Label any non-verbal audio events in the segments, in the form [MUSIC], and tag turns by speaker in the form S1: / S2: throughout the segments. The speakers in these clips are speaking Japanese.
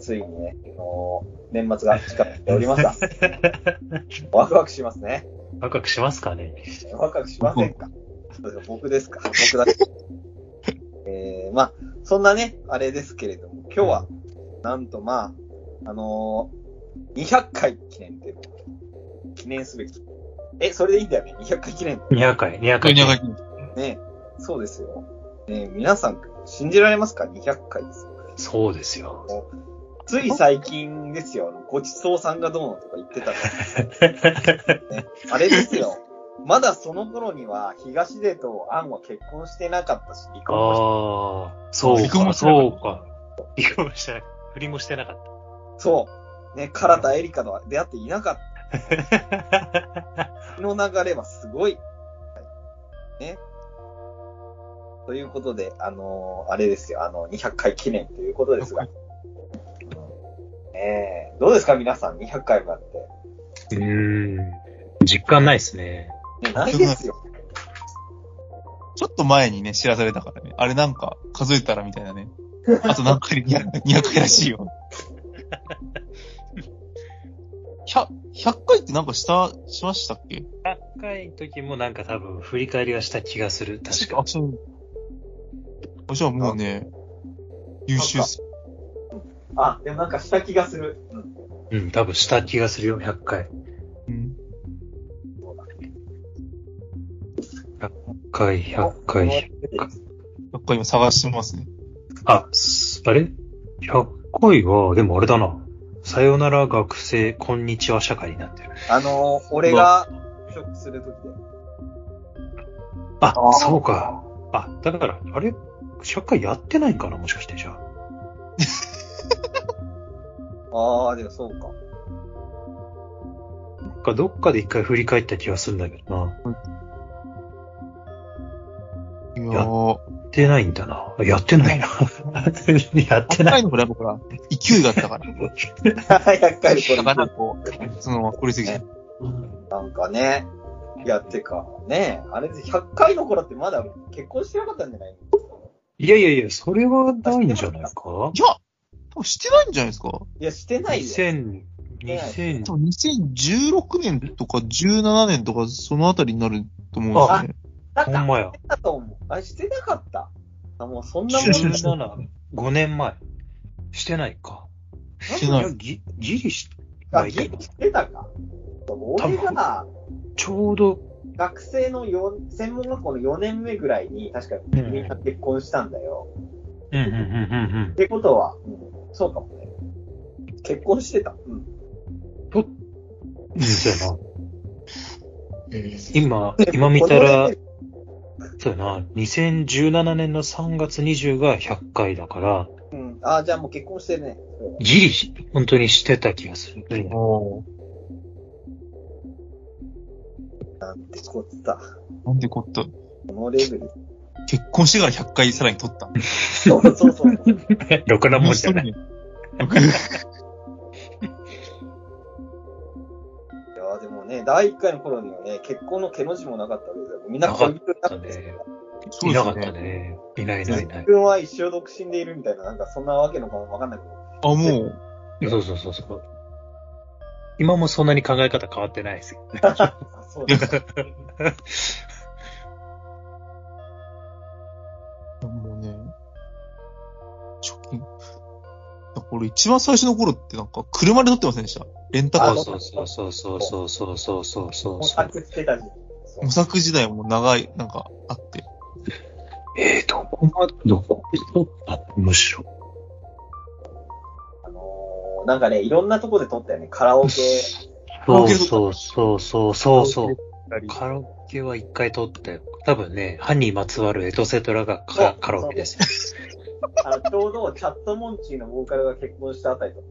S1: ついにね、あの年末が近づいておりました。 [LAUGHS] ワクワクしますね。
S2: ワクワクしますかね。
S1: ワクワクしませんか。僕ですか。僕だけ。えー、まあ、そんなね、あれですけれども、今日は、なんとまあ、あのー、200回記念で、記念すべき。え、それでいいんだよね。200回記念。
S2: 200回、200回。200回。
S1: ねそうですよ。ね皆さん、信じられますか ?200 回ですよ。
S2: そうですよ。
S1: つい最近ですよ。ごちそうさんがどうのとか言ってたから、ね。あれですよ。まだその頃には、東出とアンは結婚してなかったし、離婚
S2: もしてああ、そうか、そうか。離婚もしてなかった。不倫もしてなかった。。
S1: そう。ね、唐田エリカとは出会っていなかった。の流れはすごい。ね。ということで、あのー、あれですよ、あの、200回記念ということですが。ええー、どうですか、皆さん、200回もあって
S2: [LAUGHS] うーん、実感ないですね。
S1: ねないですよ。
S3: ちょっと前にね、知らされたからね。あれなんか、数えたらみたいなね。あと何回で 200, 200回らしいよ。100, 100回ってなんかした、しましたっけ
S2: ?100 回の時もなんか多分振り返りはした気がする。確か。
S3: あ、そう。あ、じゃあもうね、優秀っす。
S1: あ、でもなんかした気がする。
S2: うん、うん、多分した気がするよ、100回。うん。100回、100回、100回。
S3: 100回今探してますね。
S2: あ、あれ ?100 回は、でもあれだな。さよなら学生、こんにちは社会になってる。
S1: あのー、俺が、ショックするときで。
S2: あ、そうか。あ、だから、あれ社会やってないんかなもしかして、じゃあ。
S1: ああ、でもそうか。
S2: なんかどっかで一回振り返った気がするんだけどな。うん、やってないんだな。やってないな。 [LAUGHS] やってない。
S3: 100回のほら、ほら、勢いだったから。
S1: 100回これ。だ
S3: からこう、その、これすぎちゃう。
S1: なんかね。いや、ってか、ねあれで100回の頃ってまだ結婚してなかったんじゃない
S2: いやいやいや、それはないんじゃないか
S3: いや、多分してないんじゃないですか
S1: いや、してないよ。
S2: 2000、2000。
S3: 多分2016年とか17年とかそのあたりになると思うんですね。
S1: あ、ほんまや。だと思う。あ、してなかった。あ、もうそんなもん。
S2: [LAUGHS] 17、5年前。してないか。
S3: してない。
S2: ぎ、ギリし、
S1: あ、ギリしてたか。俺が、
S2: ちょうど、
S1: 学生の4、専門学校の4年目ぐらいに、確かみんな結婚したんだよ。
S2: うんうんうんうんうん。
S1: ってことは、うん、そうかもね。結婚してた。うん。
S2: と、うん、そうやな。今、今見たら、そうやな、2017年の3月20が100回だから、
S1: うん、ああ、じゃあもう結婚してるね。
S2: ギリ、本当にしてた気がする。
S3: お
S1: なんてこった。
S3: なんてこった。
S1: このレベ
S2: [LAUGHS]
S1: ル。
S3: 結婚してから100回さらに取った。
S1: そうそうそう。
S2: ろくなもんじゃない。い
S1: や、でもね、第1回の頃にはね、結婚のけの字もなかったわけですよ。みんな
S2: 恋人なかったね。いなかったね。いないいないいない。自
S1: 分は一生独身でいるみたいな、なんかそんなわけのかもわかんないけ
S3: ど。あ、も
S2: う。そうそうそうそう。今もそんなに考え方変わってないですよ、ね。
S1: そうです。
S3: もうね、貯金。これ一番最初の頃ってなんか車で乗ってませんでしたレンタカー
S2: そうそうそうそうそうそうそうそうそう。模
S1: 索してた時
S3: 代。模索時代も長い、なんかあって。
S2: [LAUGHS] ええー、どこまで、どこ撮ったむしろ。
S1: あのー、なんかね、いろんなとこで撮ったよね。カラオケ。
S2: そうそうそうそうそうそう。カラオケは一回撮ったよ。多分ね、歯にまつわるエトセトラがカカラオケです。
S1: あの、ちょうどチャットモンチーのボーカルが結婚したあたりだっ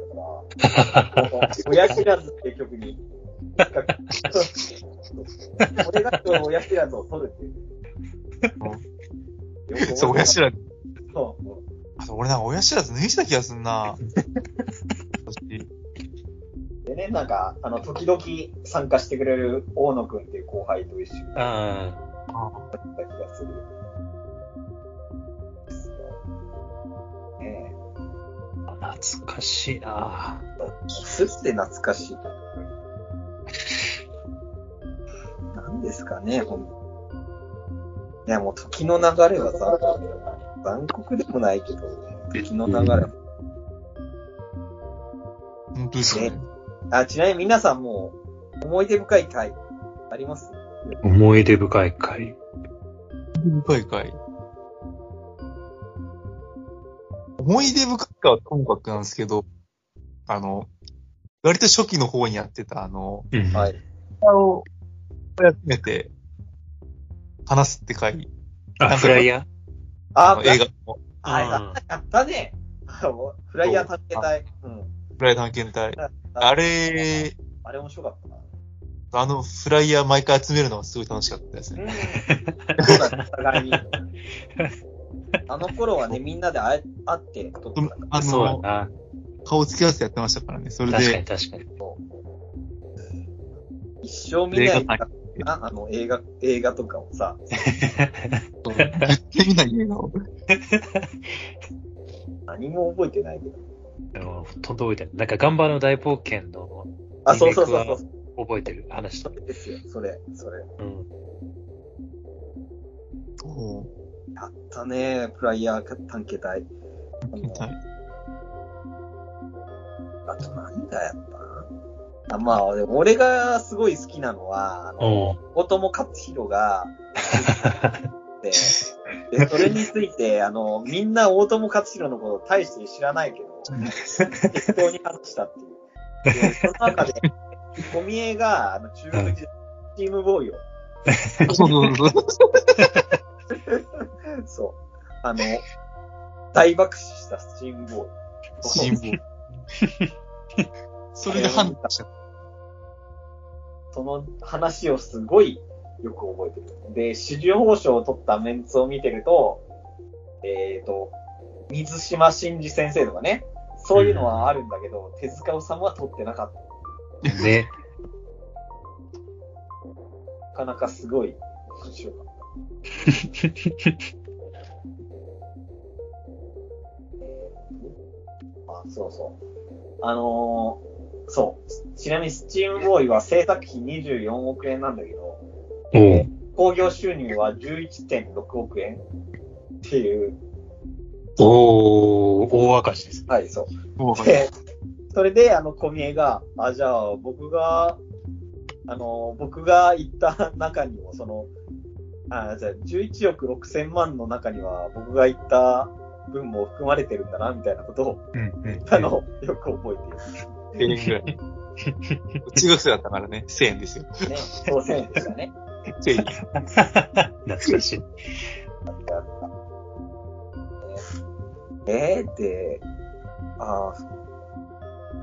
S1: たから、
S3: [LAUGHS]
S1: 親知らずっていう曲に、俺が親知らずを取るって
S3: いう。そう、親知らず。そう。あと俺なんか親知らず抜いてた気がす
S2: [LAUGHS]
S3: んな。
S1: でね、なんか、あの、時々参加してくれる大野くんっていう後輩と一緒に。
S2: あ
S1: あ。だった気がする。
S2: あ懐かしいな
S1: キスって懐かしい。何ですかね、ほんいや、もう時の流れは残酷残酷でもないけど、時の流れ。
S3: 本当ですね。
S1: あ、ちなみに皆さんもう思い出深い回あります
S2: 思い出深い回。
S3: 深いかい。思い出深いかはともかくなんですけど、あの、割と初期の方にやってた、あの、
S2: うん。。
S1: はいい。
S3: あを集めて、話すって回。
S2: あ、フライヤー
S1: あ、
S3: の映画の、
S1: あやったやったね。あもうフライヤー探検隊。うん。
S3: フライ探検隊。あれ、
S1: あれ面白か
S3: [LAUGHS]
S1: ったな。
S3: あのフライヤー毎回集めるのはすごい楽しかったですね。
S1: うん。そうだね、お互いに。あの頃はね、みんなで会え会って撮ってたから
S3: あ
S2: そうだ
S3: の、
S2: な。
S3: 顔つき合わせてやってましたからね。それ
S2: 確かに
S3: で、
S2: 確かに。
S1: 一生見ない
S3: 映画
S1: かな、あの映画、映画とかをさ、
S3: 絶対見ない映画を。
S1: 何も覚えてないけど。
S2: でもほとんど覚えてない。なんか、ガンバの大冒険の
S1: あ、そうそうそうそう。
S2: 覚えてる話だ。
S1: ですよ、それ、それ。
S2: うん。
S3: そう
S1: やったね、プライヤー探検隊。
S3: みたい
S1: あと何がやったなあまあ、でも俺がすごい好きなのは、あの、
S2: おう
S1: 大友克弘が、で、で、それについて、あの、みんな大友克弘のこと大して知らないけど、適当に話したっていう。で、その中で、小見江が、あの、中国人、チームボーイを、
S3: そうそうそうそう。
S1: [LAUGHS] そう、あの、大爆死したスチームボーイ。
S3: チームボーイ [LAUGHS] それで判断した。
S1: その話をすごいよく覚えてる。で、主従報奨を取ったメンツを見てると、えっ、と、水島真司先生とかね、そういうのはあるんだけど、手塚治虫は取ってなかった。
S2: ね。
S1: なかなかすごい面白かっあ、そうそう。あのーそう。ちなみに、スチームボーイは制作費24億円なんだけど、
S2: [LAUGHS] お
S1: 興
S2: う
S1: 行収入は11.6億円っていう。
S2: おう大赤字です。
S1: はい、そう。
S3: もう分かる
S1: で、それで、あの、小宮が、あ、じゃあ、僕が、あの、僕が言った中にも、その、あ、じゃあ、11億6千万の中には、僕が言った分も含まれてるんだな、みたいなことを、
S2: うんうん
S1: あの、よく覚えて
S3: 1000
S1: いる。
S3: 円ぐらい。中学生だったからね、1000円ですよ。
S1: ね、当選でしたね。
S3: 1000円。
S2: 懐かしい。
S1: えー、って、あー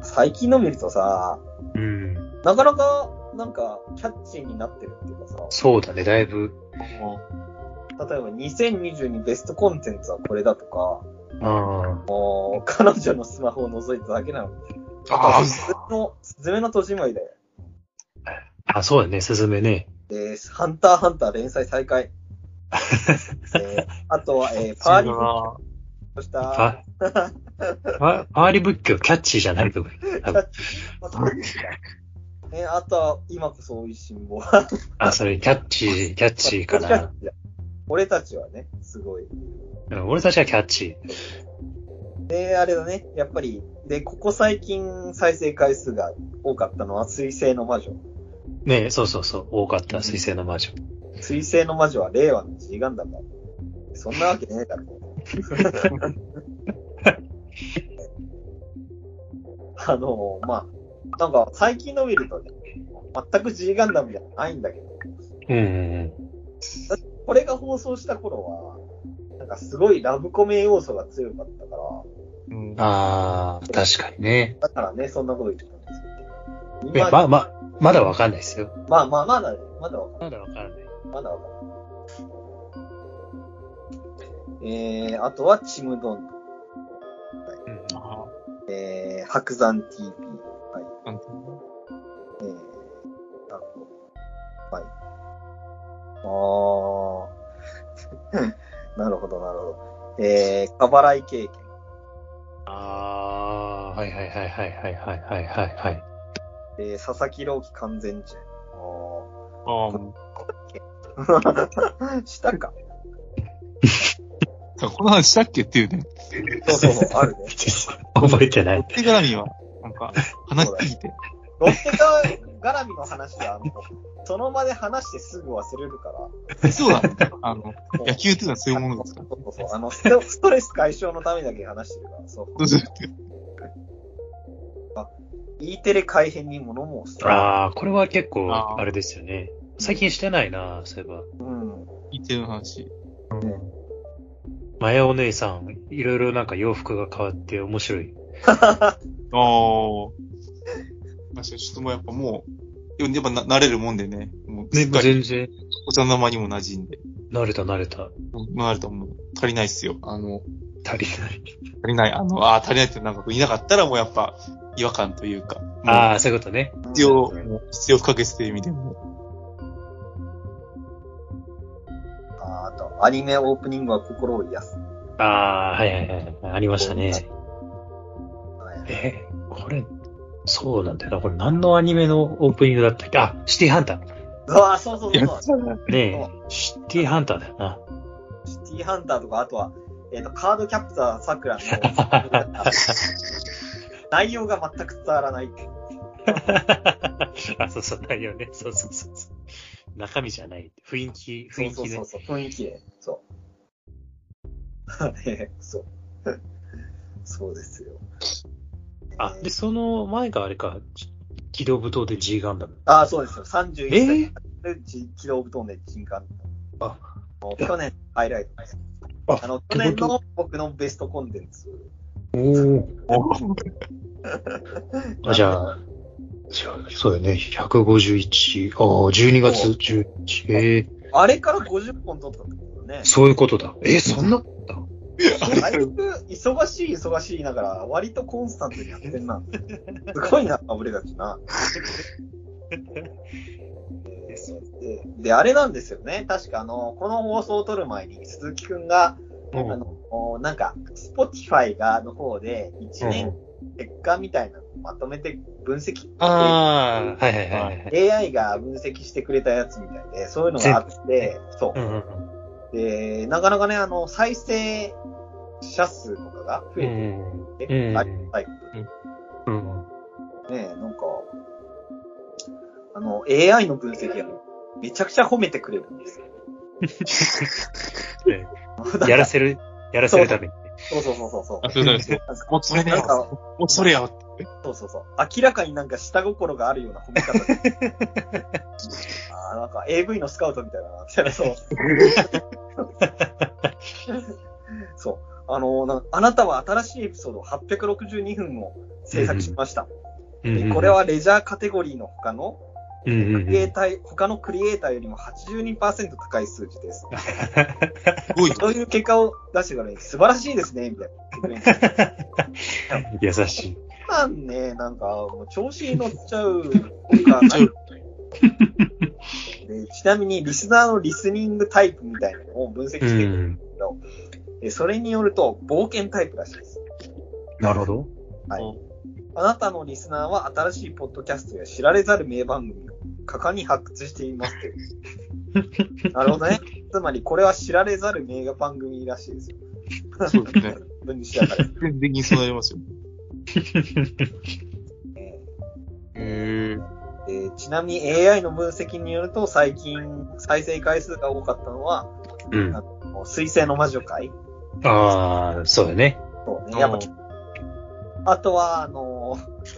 S1: 最近の見るとさ、
S2: うん。
S1: なかなか、なんか、キャッチーになってるっていうかさ、
S2: そうだね、だいぶ。
S3: も
S1: 例えば2022ベストコンテンツはこれだとか、
S2: あ
S1: もう彼女のスマホを覗いただけなの。
S3: うああ、
S1: スズメの、スズメの戸締まりだよ。
S2: あ。あ、そうだね、すずめね。
S1: で、ハンターハンター連載再開。えーあとは、えーパーリー
S3: な。
S1: とした、
S2: パ、パパーリ仏教キャッチーじゃないと思う。
S1: キャッチえーあとは、今こそ美味しんぼ。
S2: あ、それキャッチー、キャッチーか
S1: キャッ
S2: な。
S1: チだ [LAUGHS] 俺たちはね、すごい。
S2: うん俺たちはキャッチ
S1: で、あれだね、やっぱり、で、ここ最近再生回数が多かったのは、水星の魔女。
S2: ー。ねそうそうそう。多かった、水星の魔女。
S1: 水星の魔女は令和の G ガンダムだ。そんなわけねえだろ。 [LAUGHS] あのまあ、なんか最近の見るとね、全く G ガンダムじゃないんだけど、
S2: うんうん
S1: これが放送した頃は、なんかすごいラブコメ要素が強かったから、
S3: うん
S2: うん。ああ、確かにね。
S1: だからね、そんなこと言ってたんですけ
S2: い
S1: ど。
S2: や
S1: 今、
S2: まあまあ、まだわかんないですよ。
S1: まあまあ、まだね、まだわかんない
S2: まだわかんない。
S1: まだわかんない。えー、あとは、ちむどんどん、
S2: うん
S3: あ
S1: えー、白山 TV、はい、
S3: あなんて
S1: えー、あと、 [LAUGHS] はい。あー、なるほど、なるほど。えー、過払い経験。
S2: あはいはいはいはいはいはいはいはいはい。
S1: で、佐々木朗希完全試合。
S3: ああ、も
S1: あーしたか。
S3: うこの話したっけっていうね。
S1: そうそうそう、ある
S3: [LAUGHS]
S1: ね。
S2: [LAUGHS] 覚えてな
S3: ロッ
S2: い。
S3: テ絡みは、なんか、話しすぎて。
S1: ロッテ側絡みの話は、もうその場で話してすぐ忘れるから。
S3: そうだね。あの、
S1: もう
S3: 野球っていうのはそういうものですから。
S1: そうそうそう。あの、ストストレス解消のためだけ話してるから、そう。
S3: どうするって。
S1: E テレ改編に物申す。
S2: ああ、これは結構、
S3: あー
S2: あれですよね。最近してないな、そういえ
S1: うん。
S3: 言ってる話。
S2: ば。まやお姉さん、いろいろなんか洋服が変わって面白い。
S3: ああ。まあ、ちょっともうやっぱもう、やっぱな慣れるもんでね。もう、すっか
S2: 全
S3: り
S1: [LAUGHS]
S2: 然、
S3: お茶の間にも馴染んで。
S2: 慣れた慣れた。
S3: なるともう、足りないっすよ。あの、
S2: 足りない。
S3: 足りない。あの、ああ、足りないってなんかこういなかったらもうやっぱ、違和感というか。
S2: あ
S3: あ。
S2: あ、そういうことね。
S3: 必要、もう必要不可欠という意味でも。
S1: あーあと、アニメオープニングは心を癒す。
S2: ああ、はいはいはいはい。ありましたね。え、これ、そうなんだよな。これ何のアニメのオープニングだったっけあ、シティハンター。
S1: うわーそうそう
S3: いや
S1: そう。
S2: ねえ、シティハンターだよな。 [LAUGHS]
S1: シティハンターとか、あとは、えっ、と、カードキャプターさくらの、 [LAUGHS] 内容が全く伝わらない。
S2: あ、そうそう、内容ね。そうそうそうそう。中身じゃない。雰囲気、雰囲
S1: そう
S2: 気
S1: そ
S2: ね
S1: う。そう、 [LAUGHS] 雰囲気で。そう。あれそう。そうですよ。
S2: あ、で、その前があれか、き機動武闘で G ガンダム。
S1: あーそうですよ。31歳
S2: えー、
S1: で、ち機動布団で人間。
S2: あ
S1: もう去年、ハイライトです。
S2: あ
S1: あの、去年の僕のベストコンテンツ。
S2: お
S3: お
S2: あ、じゃあ、じゃあそうだよね。151、ああ、12月11、ええ
S1: あれから50本撮ったってことだね。
S2: そういうことだ。えーそんな、
S1: あいつ、忙しい忙しいながら、割とコンスタントにやってん
S2: [LAUGHS]
S1: な。すごいな、俺たちな。でで、あれなんですよね。確か、あの、この放送を撮る前に、鈴木くんが、
S2: う
S1: あ
S2: ん
S1: の、おなんか、Spotify が、の方で、1
S2: う
S1: 年
S2: ん
S1: 結果みたいなのをまとめて分析、
S2: ああ、はいはいはいはい。
S1: AI が分析してくれたやつみたいで、そういうのがあって、そうう。
S2: んうん
S1: で、なかなかね、あの、再生者数とかが増
S2: う
S1: えて
S2: ん。
S1: て、
S2: うん
S1: ありがたいことに
S2: うん。
S1: ねえ、なんか、あの、AI の分析がめちゃくちゃ褒めてくれるんですよ。
S2: ねやらせる、やらせるために。
S1: そうそうそうそうそう。
S3: あ、そうだね。
S1: なんか
S3: もうそれだ
S1: なん
S3: よ。
S1: か、
S3: もうそれよ。
S1: そうそうそう。明らかになんか下心があるような褒め方。あーなんか AV のスカウトみたいだな、みたいな。そう。そう。あのなんあなたは新しいエピソード862分を制作しました。
S2: うんうん
S1: これ、はレジャーカテゴリーの他の
S2: うんうんう
S1: ク
S2: ん
S1: リエイター、他のクリエイターよりも82%高い数字です。
S3: すごいよ。
S1: そういう結果を出してくれる素晴らしいですね、みたいな。
S2: 優しい。
S1: そんなんね、なんか、もう調子に乗っちゃうかないでちなみに、リスナーのリスニングタイプみたいなのを分析して
S2: う
S1: るんで
S2: ん。
S1: すけど、それによると、冒険タイプらしいです。
S2: なるほど。
S1: あなたのリスナーは新しいポッドキャストや知られざる名番組を果敢に発掘していますという。なるほどね。 [LAUGHS] つまり、これは知られざる名番組らしいですよ。
S3: そうですね。
S1: 分にしやがれ。
S3: 全然そうなりますよ。
S1: えー
S3: へえ。
S1: えーちなみに AI の分析によると、最近再生回数が多かったのは、
S2: うん。
S1: もう水星の魔女会。
S2: ああ、そうだね。
S1: そうね。やっぱ、あとは、あのー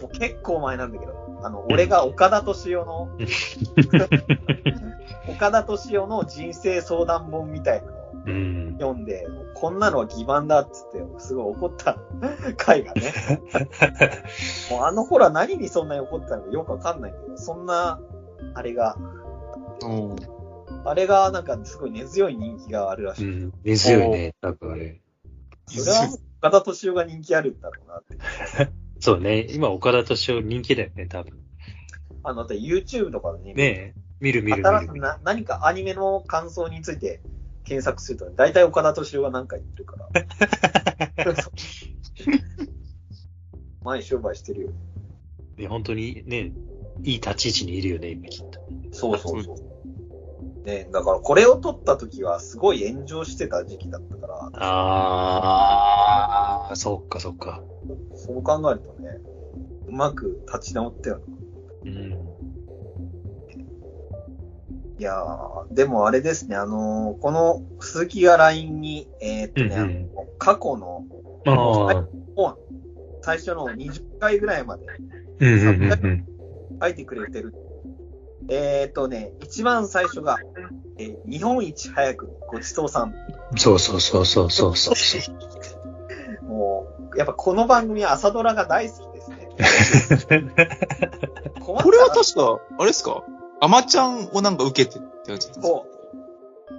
S1: もう結構前なんだけど、あの、俺が岡田敏夫 [LAUGHS] の、岡田敏夫の人生相談本みたいなのを
S2: うん。
S1: 読んで、もうこんなのは欺瞞だっつって、すごい怒った [LAUGHS] 回が
S2: [LAUGHS]
S1: ね。もうあの頃は何にそんなに怒ったのかよくわかんないけど、そんな、あれが、
S3: おー
S1: あれがなんかすごい根強い人気があるらし
S2: う
S1: い。
S2: ん。根強いね、多分あれ。
S1: それはもう岡田敏夫が人気あるんだろうなって。
S2: そうね。今、岡田敏夫人気だよね、多分。
S1: あの、だって YouTube とかでね、
S2: ねえ。見る見る見
S1: 新し
S2: る。
S1: な何かアニメの感想について検索すると、大体
S2: [LAUGHS]
S1: 岡田敏夫が何か言ってるから。そう前商売してるよ。
S2: いや、本当にね、いい立ち位置にいるよね、今きっと。
S1: そうそうそう。
S2: [LAUGHS]
S1: ね、だからこれを撮った時はすごい炎上してた時期だったから、
S2: ああ、そっかそっか。
S1: そう考えるとね、うまく立ち直ったよね。
S2: うん。
S1: いやー、でもあれですね、あのーこの鈴木が LINE に、えーっとね、
S2: うんうん
S1: あの過去の
S2: ああ、
S1: はい最初の20回ぐらいまで
S2: うんうんうんうん。
S1: 書いてくれてる。えーっとね、一番最初が、えー日本一早くごちそうさん。
S2: そうそうそうそうそうそう [LAUGHS] そう。
S1: もう、やっぱこの番組は朝ドラが大好きです
S2: [LAUGHS]
S1: ね。困ったな
S3: これは確か、あれですかアマちゃんをなんか受けてって感じですか
S1: そ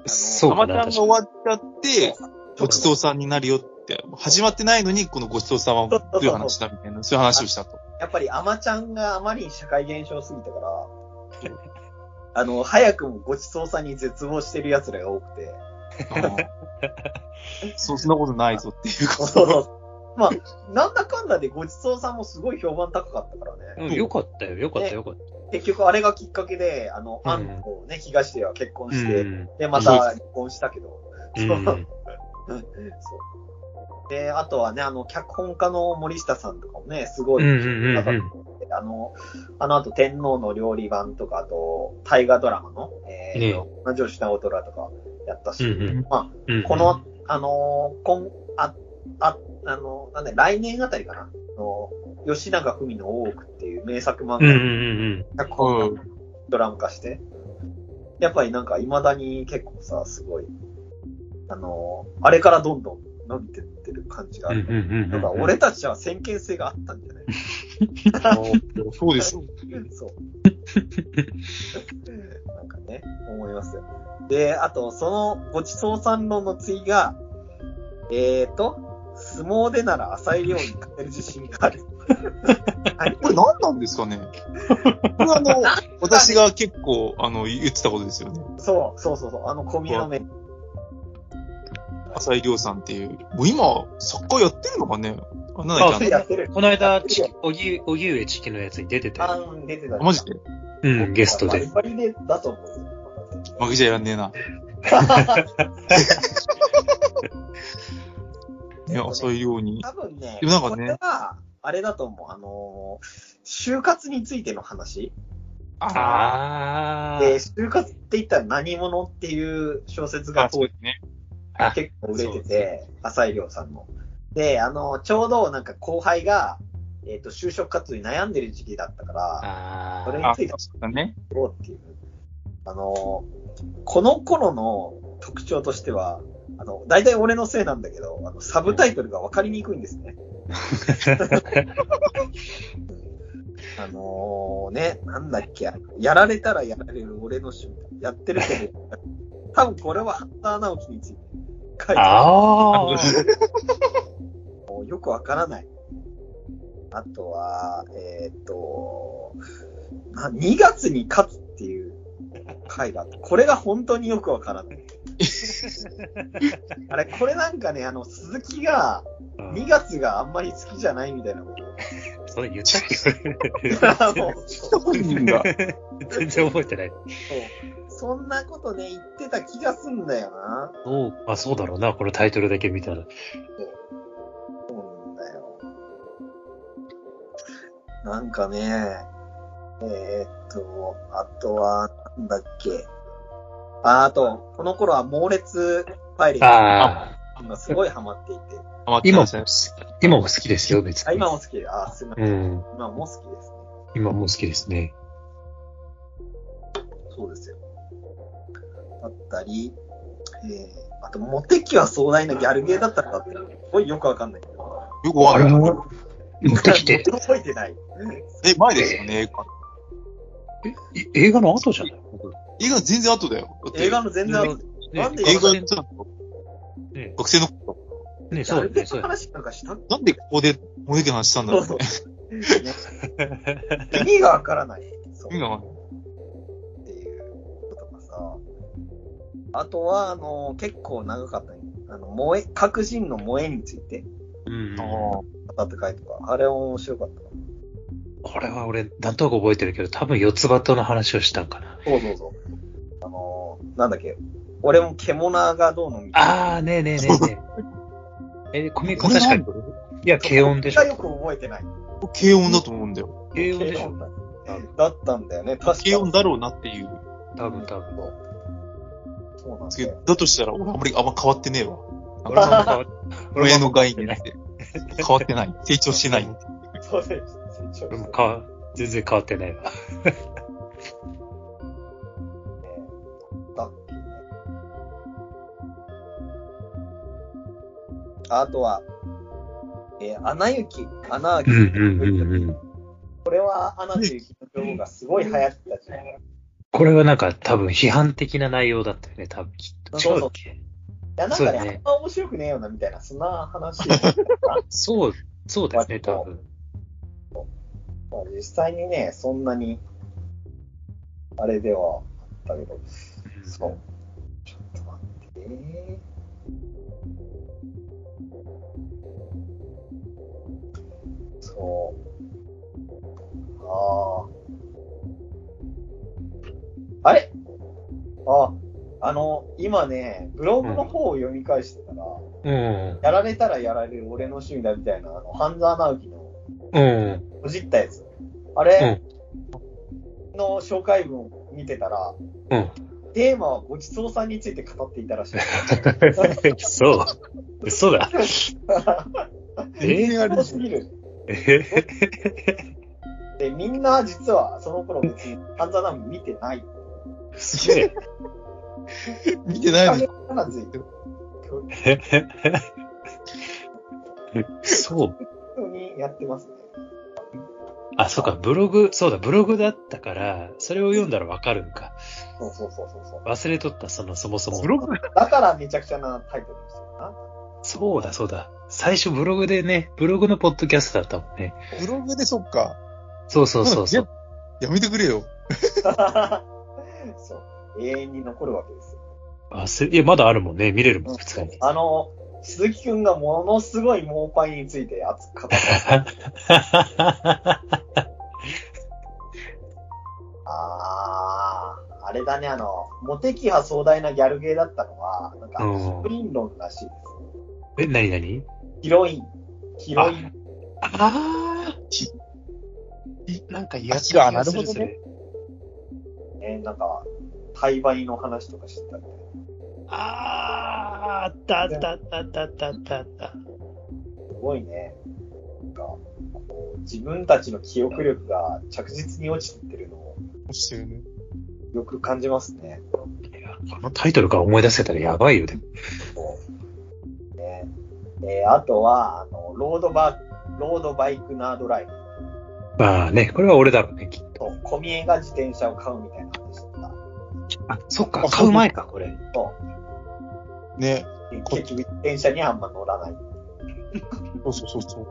S1: う
S2: そう
S3: アマ
S2: か
S3: ちゃ
S2: な、
S3: んが
S2: 確
S3: 終
S2: か
S3: わっちゃって、ごちそうさんになるよって、始まってないのに、このごちそうさんはどういう話だみたいな、そういう話をしたと。
S1: やっぱりアマちゃんがあまりに社会現象すぎたから、 [LAUGHS] あの、早くもごちそうさんに絶望してる奴らが多くて、 [LAUGHS]
S3: そう、そんなことないぞっていうこ
S1: そう
S3: と。
S1: そうそうまあ、なんだかんだでごちそうさんもすごい評判高かったからね。
S2: に。よかったよ、よかったよかった。
S1: 結局あれがきっかけで、あの、
S2: うん
S1: アンとね、東出は結婚
S2: う
S1: して、
S2: ん。
S1: で、また離婚したけど、
S2: うん。
S1: そう。で、あとはね、あの、脚本家の森下さんとかもね、すご
S2: う
S1: い、
S2: んうんうんうん。
S1: あの、あの後、天皇の料理版とか、あと、大河ドラマの、え
S2: ねえ
S1: ー、同じなおとらとかやったし、
S2: うんうん
S1: ま
S2: うん
S1: あ、この、、あのー、今、あ、あ、あのー、なんだよ来年あたりかな、あのー吉永文の大奥っていう名作漫
S2: うんうん
S1: 画
S2: うん
S1: 脚本がドラマ化して、やっぱりなんか未だに結構さ、すごい、あのー、あれからどんどん伸びてってる感じが
S2: う
S1: ある。
S2: ん。うんう
S1: なん
S2: ん
S1: か俺たちは先見性があったんじゃない
S3: そうですよ。 [LAUGHS]
S1: そう。なんかね、思いますよ。で、あと、そのごちそうさん論の次が、えーと、相撲でなら浅い量に勝てる自信がある。はい
S3: これ何なんですかねこれはあの、私が結構、あの、言ってたことですよね。
S1: そう、そうそうそう、あの小宮の目。
S3: 浅井亮さんっていう。もう今、サッカーやってるのかねあ、なんだっけあ
S1: やってる。
S2: この間、チキ、おぎ、おぎゅうえチキのやつに出てた
S1: あ
S2: よ。
S1: ん、出てた。
S3: の、マジで
S2: うん、ゲスト
S1: バ
S2: で。
S1: リバリでだと思うよ。
S3: 負けじゃやらねえ [LAUGHS] な。ね、浅井亮に。
S1: 多分ね、
S3: でもなんかね
S1: これは、あれだと思う。あのー就活についての話。
S3: あ
S2: あ
S1: で、就活って言ったら何者っていう小説
S3: あ
S1: が
S3: そうですね。
S2: あ
S1: 結構売れて
S3: そうで
S1: て、浅井亮さんの。で、あの、ちょうどなんか後輩が、えっ、と、就職活動に悩んでる時期だったから、
S2: あ
S1: それ
S3: あ、そうだね。
S1: どうっていう。あの、この頃の特徴としては、あの、大体俺のせいなんだけど、あの、サブタイトルが分かりにくいんですね。あのね、なんだっけ、やられたらやられる俺の趣味。やってるけど、多分これはハンター直樹について書いてあ
S2: ああ。
S1: るもうよくわからない。あとは、えーっと、な2月に勝つっていう回があった。これが本当によくわから [LAUGHS] ない。あれ、これなんかね、あの、鈴木が2月があんまり好きじゃないみたいな [LAUGHS] ことを。
S2: それ言っちゃったよ。
S1: あのそう
S3: 本人が。
S2: 全然覚えてない。
S1: そんなことね、言ってた気がすんだよな。
S2: そう、あ、そうだろうな。このタイトルだけ見たら。
S1: そうなんだよ。なんかね、えーっと、あとは、なんだっけ。あ、あと、この頃は猛烈パイレーツ
S2: ああ。
S1: がすごいハマっていて。
S3: あ待ってく
S2: 今
S3: だ
S2: も
S3: さい、
S2: 今も好きですよ、別
S1: あ、
S2: に。
S1: 今も好きで、あ、すみませ。
S2: うんん。
S1: 今も好きですね。
S2: 今も好きですね。
S1: そうですよ。だったり、えー、あと、モテ期は壮大なギャルゲーだったらだって、すごいよくわかんないけど。
S3: よくわかる。
S2: も持ってきて、
S1: 覚えて
S2: [LAUGHS]
S1: ない。
S3: え、前ですよね、映画。
S2: い映画の後じゃない
S3: 映画全然後だよ。だって
S1: 映画の全然ある。なんで
S3: 映画
S2: ねね
S3: 学生の頃
S1: ギ
S2: ね、
S1: ャ
S2: そう
S1: ルゲ
S2: だ
S1: ー
S2: ね、そう
S1: の
S2: だね。
S1: 話なんかしたっけ
S3: なんでここで、モネケの話したんだろうね。
S1: ね意味がわからない。そう
S3: 意味がわかん
S1: っていうことがさ。あとは、あの、結構長かったね。あの、萌え、各人の萌えについて
S2: うん。
S3: ない。
S1: ったって回とか、あれは面白かったな。
S2: これは俺、なんとなく覚えてるけど、多分四つ葉との話をしたんかな。
S1: そうそうそう。あのー、なんだっけ、俺も獣がどうのみたいな。
S2: あー、ねえねえねえねえ。え、コミック確かに。いや、軽音でしょ
S1: そ。こがよく覚えてない。
S3: 軽音だと思うんだよ。
S2: 軽音でしょ。
S1: だったんだよね、確か
S3: 軽音だろうなっていう。
S2: 多分多分。
S1: そうなんだ
S3: 次
S1: よ。
S3: だとしたら、俺あんまりあんま変わってねえわ。
S2: 俺もなんか
S3: 俺の概念 [LAUGHS] って。変わってない。成長してない。
S1: そうです。成
S2: 俺も
S1: 長
S2: 変わ全然変わってないわ。
S1: だっけねあとは、えー、アナ雪、アナ雪。
S2: ん。
S1: これはアナと雪の女王がすごい流行ってたじゃん。
S2: これはなんか多分批判的な内容だったよね、多分きっと。
S1: そう
S2: 違
S1: そうう
S2: っけ
S1: いや、なん
S2: そう
S1: か
S2: だ
S1: ね
S2: ね、
S1: あんま面白くねえよな、みたいな、そんな話。
S2: [LAUGHS] そう、そうですね、多分。
S1: まあ実際にね、そんなに、あれではあったけど、そう。ちょっと待ってね。そう。ああ。あれあ、あの、今ね、ブログの方を読み返してたら、
S2: うん。
S1: やられたらやられる俺の趣味だみたいな、あの、半沢直樹の
S2: うん。 [LAUGHS]
S1: ほじったやつ。あれ、の紹介文を見てたら、
S2: うん。
S1: テーマはごちそうさんについて語っていたらしい。
S2: そう。嘘だ。
S3: 全然あれ
S1: 面白
S3: ですす
S1: ぎる。
S2: え
S1: で、みんな実はその頃別に半沢直樹見てない。
S2: すげえ。
S3: 見てないのに。
S1: 必ず
S2: そう。
S1: 本当にやってますね。
S2: あ、そうか、ブログ、そうだ、ブログだったから、それを読んだらわかるんか。
S1: そうそうそうそうそう。
S2: 忘れとった、その、そもそも
S3: ブ。ログ
S1: だからめちゃくちゃなタイトルですよな。
S2: そうだ、そうだ。最初ブログでね、ブログのポッドキャストだったもんね。
S3: ブログでそっか。
S2: そうそうそうそう。
S3: やめてくれよ。
S1: [LAUGHS] そう。永遠に残るわけですよ。
S2: 忘れ、いや、まだあるもんね。見れるもん、普 [LAUGHS] 通に。
S1: あの、鈴木くんがものすごいモーパイについて熱く語った。ああ、あれだね、あの、モテキ派壮大なギャルゲーだったのは、なんか、
S2: うん
S1: ヒロイン論らしいです。
S2: え、なになに
S1: ヒロイン。ヒロイン。
S2: ああなんかや
S3: った気がするそ
S2: ね。
S1: えーなんか、対売の話とかしてたみたい
S2: ああ、あったあったあったあったあったあった。
S1: すごいね。なんか、こう、自分たちの記憶力が着実に落ちてってるのを
S3: してるね。
S1: よく感じますね。
S2: いやこのタイトルから思い出せたらやばいよ、でも。
S1: こうねえーあとは、あの、ロードバロードバイクナードライブ。
S2: まあね、これは俺だろうね、きっ
S1: そ
S2: と。
S1: う小見江が自転車を買うみたいな話してた。
S2: あ、そっか
S3: あ
S2: 買う前か、これ。
S1: そう。
S3: ね。こ
S1: 結局、自転車にあんま乗らない。
S3: そうそうそうそう。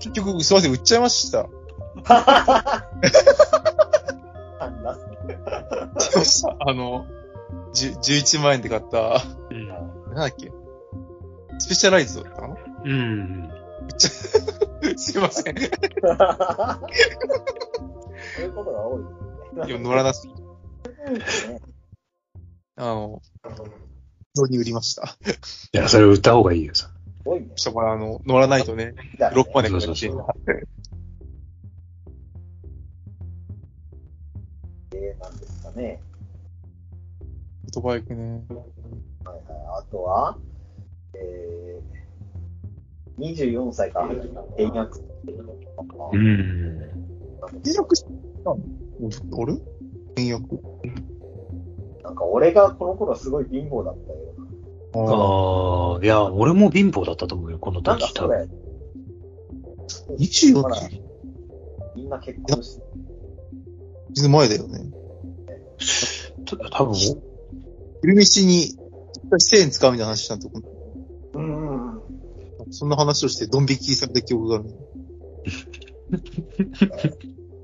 S3: 結局、すいません、売っちゃいました。売っ
S1: なんだっすね
S3: ちゃいました。 [LAUGHS] あの、じゅ11万円で買った、
S2: うん。
S3: なんだっけ。スペシャライズだったかな
S2: うん。
S3: すいません。い
S1: そういうことが多いですね。
S3: や、乗らなすぎ。
S1: ね
S3: あの、人に売りました。
S2: いや、それ歌方がいいよ、さ。
S1: すごいね。
S3: ちょっとまあ、あの、乗らないとね、
S1: だ
S3: ロックまで
S2: そう
S3: 来
S2: そ
S3: て
S2: うそ。
S1: えーなんですかね。
S3: オートバイクね。
S1: あとは、えー、24歳から始まった倹約
S2: うん。
S3: 契約したのあれ契約
S1: なんか俺がこの頃すごい貧乏だったよ。
S3: ああ。
S2: ああ、いや、俺も貧乏だったと思うよ、この
S1: なんか
S2: 時多
S1: そ
S2: 分。
S1: れ、
S3: 24
S1: ほら
S3: 歳
S1: みんな結婚して、
S3: の前だよね。
S2: ちょっと多分、
S3: 昼飯に、1000円使うみたいな話したとこ
S1: うんうん
S3: そんな話をして、ドン引きされた記憶がある。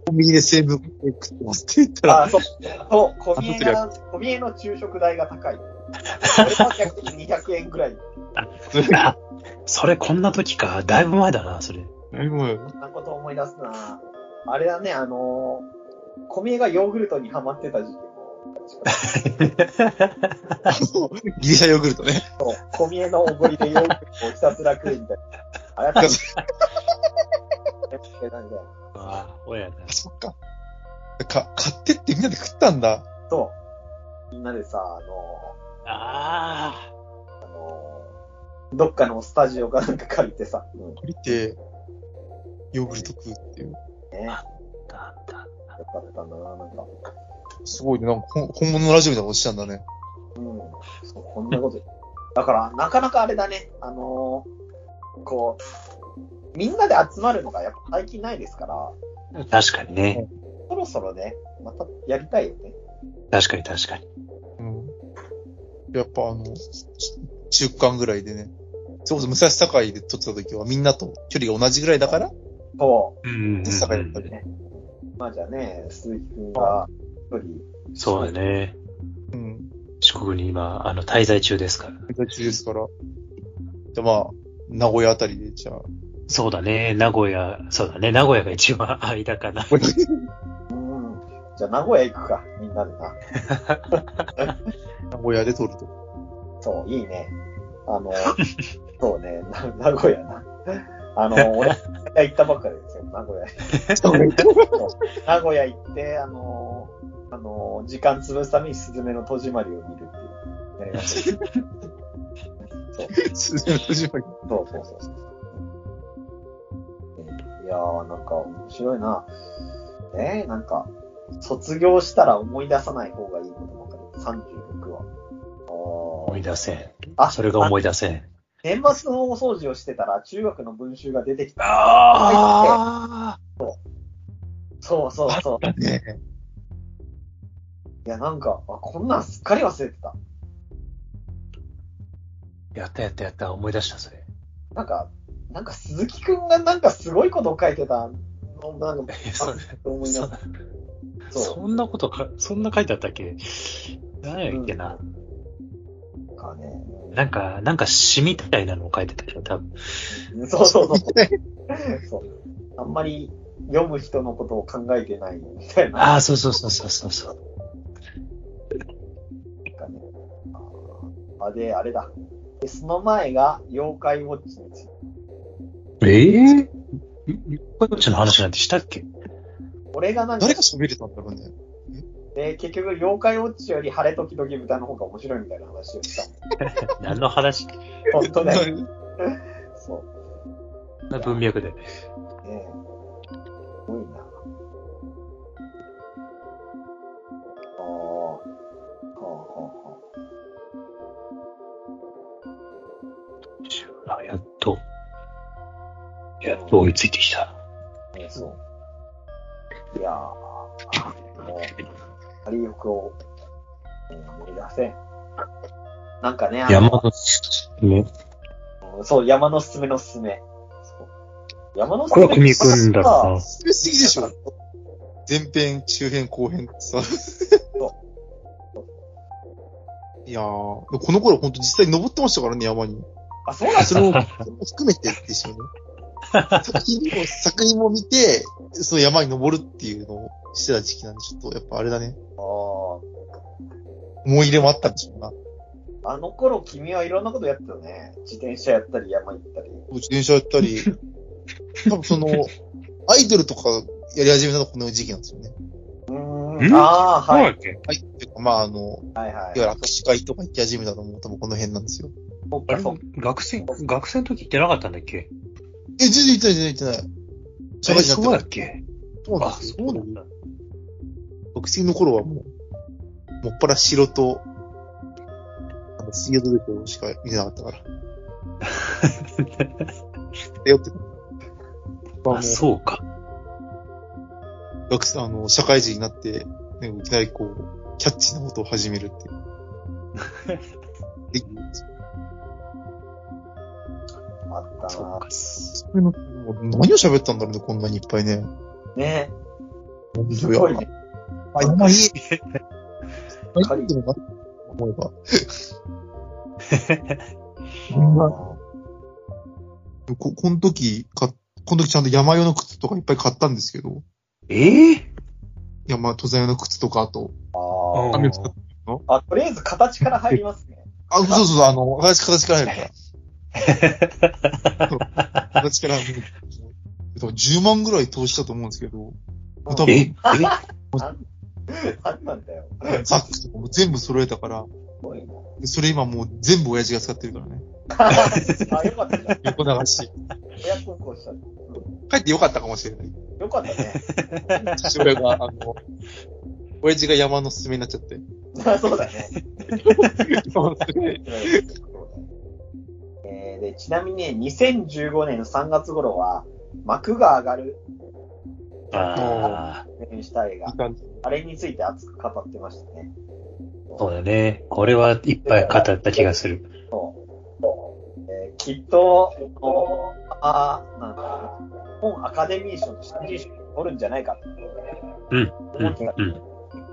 S3: コンビニで成分食ってますって言ったら、
S1: あ、そう。そう、小見えが、小見えの昼食代が高い。俺は逆に200円ぐらい。
S2: あそれこんな時か。だいぶ前だな、それ。
S3: 何もよ。
S1: そんなこと思い出すなあれだね、あのー、小宮がヨーグルトにハマってた時期も、
S3: ギリシャヨーグルトね。
S1: そう小宮のおごりでヨーグルトをひたすら食うみたいな。あれやったら、なんだよ
S2: ああ、親だ。
S3: あ、そっか。か、買ってってみんなで食ったんだ。
S1: [LAUGHS] そう。みんなでさ、あの
S2: ああ。
S1: ー、あのー、どっかのスタジオかなんか借りてさ、うん、
S3: 降りて、ヨーグルト食うっていう。
S1: ね、やっ
S2: だだ
S1: ぱ出たんだな、なんか。
S3: すごいね。なんか本本物のラジオみたいなことしたんだね。
S1: うん、そう、こんなこと。だから、なかなかあれだね、あのーこう、みんなで集まるのがやっぱ最近ないですから、
S2: 確かにね。
S1: そろそろね、またやりたいよね。
S2: 確かに確かに。
S3: うん。やっぱあの、中間ぐらいでね。それこそ武蔵境で撮ってた時はみんなと距離が同じぐらいだから、
S1: そ
S2: うんうんうん
S3: 武蔵境だったり。
S1: う、まあじゃあね、鈴木くんが一人、
S2: そうだね。
S3: うん。
S2: 四国に今、あの、滞在中ですから。
S3: 滞在中ですから。じゃあまあ、名古屋あたりで、じゃあ。 [LAUGHS]
S2: そうだね。名古屋、そうだね。名古屋が一番間かな。
S1: うん、じゃあ名古屋行くか、みんなでな。
S3: 名古屋で撮ると。 [LAUGHS]
S1: そう、いいね。あ
S2: [LAUGHS]
S1: の、そうね、な名古屋な。あの、俺、行ったばっかりですよ、名古屋。名古屋行って、あのーあのー時間潰すためにスズメの戸締まりを見るっていう。やりましたよ
S3: すずめの戸締まり
S1: そうそうそうそう。ねいやー、なんか面白いな。ねえ、なんか、卒業したら思い出さない方がいいことばかり、36は。
S2: 思い出せん。
S1: あ
S2: それが思い出せん。
S1: 年末の大掃除をしてたら、中学の文集が出てきた。
S2: あ
S1: そうそうそう。
S2: [LAUGHS]
S3: だね。
S1: いや、なんか、あこんなんすっかり忘れてた。
S2: あやったやったやった。思い出した、それ。
S1: なんか、なんか鈴木くんがなんかすごいことを書いてたの、なんか、
S2: えそれ
S1: 思い出
S2: [LAUGHS] そ
S1: す。そ
S2: そんなことか、そんな書いてあったっけ何やっけな。
S1: うかね。
S2: なんか、なんか詩みたいなのを書いてたけど、多分。
S1: [LAUGHS] そうそうそう。そうあんまり読む人のことを考えてないみたいな。
S2: ああ、そうそうそうそうそうそう。
S1: かね。あーあ、で、あれだ。で、その前が、妖怪ウォッチについて。
S2: ええゆこっちの話なんてしたっけ
S1: 俺がなんか
S3: 誰、が喋れたんだろうね。
S1: で、結局、妖怪ウォッチより晴れ時々豚の方が面白いみたいな話をした。
S2: 何の話
S1: [LAUGHS] 本当ね。そう。
S2: な文脈で。
S1: ねえ。すごいな。ああ。はあはあは
S2: あやっと、やっと追いついてきた。
S1: あ。ねえそう。いやー、もう、リ欲をうん思い出せん。なんかね、あの
S2: 山の、ね。
S1: うんそう、山のすすめのすすめ。そう山のすす
S2: こ
S1: め
S2: れは組み組んだろ
S3: すべすぎでしょ。前編、中編、後編ってさ。いやー、この頃本当実際登ってましたからね、山に。
S1: あ、そうなん
S3: それもそれも含めてですよね。作品も、作品も見て、その山に登るっていうのをしてた時期なんで、ちょっとやっぱあれだね。
S1: あ
S3: 思い入れもあったんでしょうな。
S1: ああの頃君はいろんなことやってたよね。自転車やったり、山行ったり。
S3: 自転車やっ
S2: [LAUGHS]
S3: たり、多分その、アイドルとかやり始めたのこの時期なんですよね。
S1: うー
S2: ん
S1: ん。ああ、
S2: う。
S1: はい。
S2: っけ
S3: はい。てかまあ、あの、
S1: はいはい
S3: いわゆる握手会とか行き始めたのも多分この辺なんですよ。
S1: そっ
S2: あ
S1: か
S2: れ
S1: そっか
S2: 学生、学生の時行ってなかったんだっけ
S3: え、全然行ってない、全然行ってない。社会人に
S2: そう
S3: な
S2: だ
S3: っ
S2: ってけ
S3: そうなん
S2: あ、
S3: ですよ。
S2: そうなんだ。
S3: 学生の頃はもう、もっぱら城と、あの、水泳ドレスしか見てなかったから。でよって。ま
S2: [LAUGHS] あ、
S3: あ、も
S2: そうか。
S3: う、学生、あの、社会人になって、ね、いきなりこう、キャッチなことを始めるっていう。で
S2: [LAUGHS]
S3: きるんですよ
S1: あった
S2: そう
S1: な。
S2: か。
S3: それの、もう何を喋ったんだろうね、こんなにいっぱいね。
S1: ね
S3: す
S1: すごいね。
S3: あ、今いい。あ、いいのか思えば。
S1: [LAUGHS]
S3: こ、この時買っこの時ちゃんと山用の靴とかいっぱい買ったんですけど、
S2: ええ
S3: 山、登山用の靴とか、あと、
S1: あ
S2: うん
S3: 雨を使っ
S1: あ。あ、とりあえず形から入りますね。
S3: あ、そうそうそう、あの、形、形からやる
S1: [LAUGHS]
S3: から。そう形から、もう多分10万ぐらい投資したと思うんですけど、もう多
S2: ええ
S3: 分、
S1: 何なんだよ。
S3: ザックとかも全部揃えたから、
S1: すご
S2: [LAUGHS]
S1: いな。
S3: それ今もう全部親父が使ってるからね。
S1: あ、よかったじゃん。
S3: 横流し。
S1: 親孝行した。
S3: 帰ってよかったかもしれない。
S1: よかったね。 [LAUGHS]
S3: 父親が、あの、親父が山のすすめになっちゃって。
S1: あそうだね。
S3: 山のすすめ。
S1: えーでちなみに2015年の3月頃は、幕が上がる
S2: ああ、
S1: 選した映
S3: い
S1: 画
S3: い、感じ。
S1: あれについて熱く語ってましたね。
S2: そうだね。これはいっぱい語った気がする。
S1: えーきっと、このあーなんか日本アカデミー賞の新人賞を取るんじゃないかと
S2: うん、うん。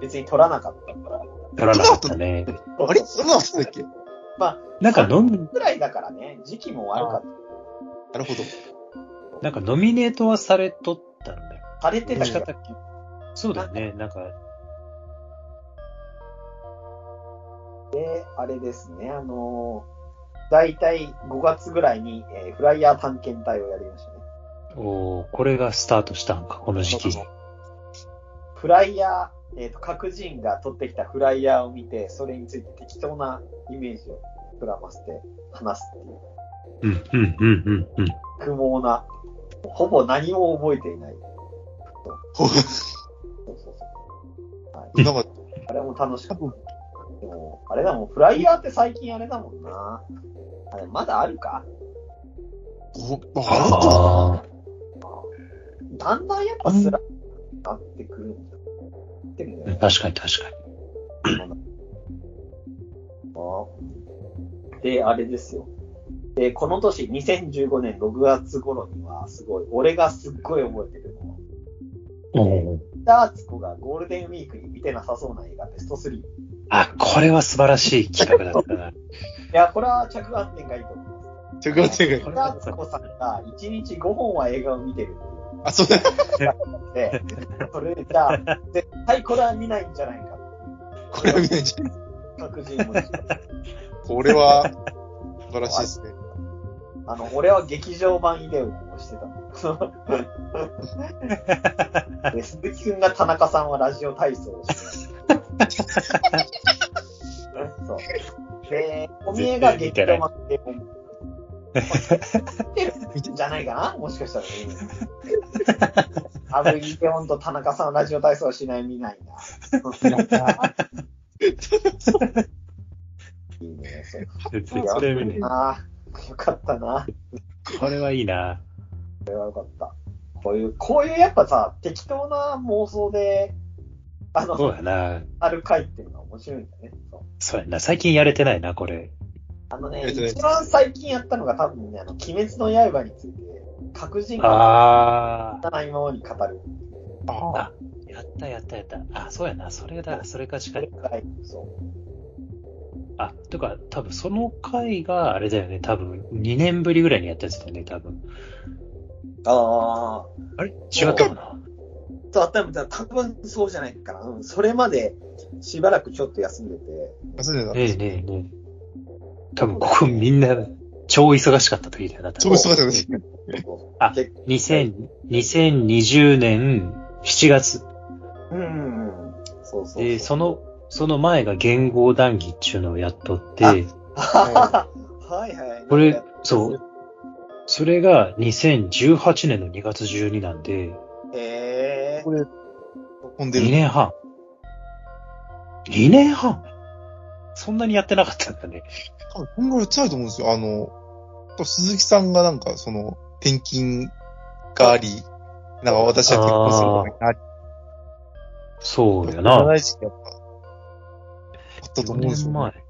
S1: 別に取らなかったから。
S2: 取らなかったね。
S3: あれそんなのあったっけな
S2: なんかのみ、
S1: ぐらいだからね、時期も悪かっ
S3: るほど。
S2: なんかノミネートはされとったんだよ。
S1: た。されてた
S2: 確
S1: けど
S2: か、ったっけそうだよね。なんか、
S1: あれですね、あのー、大体5月ぐらいに、えーフライヤー探検隊をやりましたね。
S2: おーこれがスタートしたんか、この時期。
S1: フライヤー、えーと、各人が取ってきたフライヤーを見て、それについて適当なイメージを膨らませて話すっていう、
S2: うん、うん、うん、うん、うん。
S1: 不毛な、ほぼ何も覚えていない。
S3: ほ
S1: そうそうそう
S3: なんか、
S1: う。あれも楽しかった。でも、あれだもん、フライヤーって最近あれだもんな。あれ、まだあるか
S3: ほまあ、あるか
S2: ああ、
S1: だんだんやっぱスラッになってくるんだ。でも
S2: うん
S1: ね、
S2: 確かに確かに。
S1: あで、あれですよ。で、この年、2015年6月頃には、すごい、俺がすっごい覚えてるのは、
S2: おー
S1: ダーツコがゴールデンウィークに見てなさそうな映画ベスト3。い
S2: あ、これは素晴らしい企画だったな。
S1: や、これは着眼点がいいと思います。
S3: 着眼点がいい。
S1: ダーツコさんが1日5本は映画を見てるっ
S3: あ、そうだ。
S1: ていうので、それでじゃあ、絶対これは見ないんじゃないか。
S3: これは見ないんじゃない
S1: 確認もして
S3: これは、素晴らしいですね。
S1: あの、俺は劇場版イデオンをしてたの。で、鈴木くんが田中さんはラジオ体操をしてた。そう。で、おみえが劇場版イデオン。見てるんじゃないかなもしかしたら、ね。
S2: [LAUGHS]
S1: アブイデオンと田中さんはラジオ体操をしない見ないな。いいね。そう
S2: 絶対これ [LAUGHS] 見ない
S1: ああ、よかったな。
S2: これはいいな。
S1: こういう、こういうやっぱさ、適当な妄想で、あ
S2: そ
S1: の、
S2: うやな。
S1: ある回っていうのは面白いんだね。そう
S2: そうやな。最近やれてないな、これ。
S1: あのね、
S3: えっとね
S1: 一番最近やったのが多分ね、あの、鬼滅の刃について、各人が
S2: あ
S1: 知らないままに語る。
S3: ああ。
S2: あ、やったやったやった。あ、そうやな。それだ。それかし
S1: そ
S2: か
S1: れ
S2: に。
S1: くらい、そう。
S2: あ、とか、多分その回があれだよね。多分2年ぶりぐらいにやったやつだよね、多分。
S1: ああ。
S2: あれ違ったかな
S1: と、あったぶん、多分そうじゃないかな。うん。それまで、しばらくちょっと休んでて。
S3: あ、そうだよな。
S2: ねえねえねえ。多分ここみんな超忙しかった時だよな。
S3: 超
S2: 多
S3: 忙
S2: 分
S3: しかったですね。
S2: [LAUGHS] あ
S1: 結
S2: 2000 2020年7月。
S1: うんうんうん。そうそう
S2: で、その、その前が言語談義っていうのをやっとって、
S1: あはいはい。
S2: これ、そう。それが2018年の2月12なんで、
S1: ええ
S3: これ、飛んで
S2: 2
S3: る。
S2: 年半。2年半そんなにやってなかったんだね。
S3: 多分こんぐらいちゃうと思うんですよ。あの、多分鈴木さんがなんか、その、転勤があり、なんか私は結婚することになり、
S2: そうや
S3: そん
S2: な。
S3: な時期やっぱ、あったと思
S2: 4
S3: うんですよ
S2: 年
S3: ね。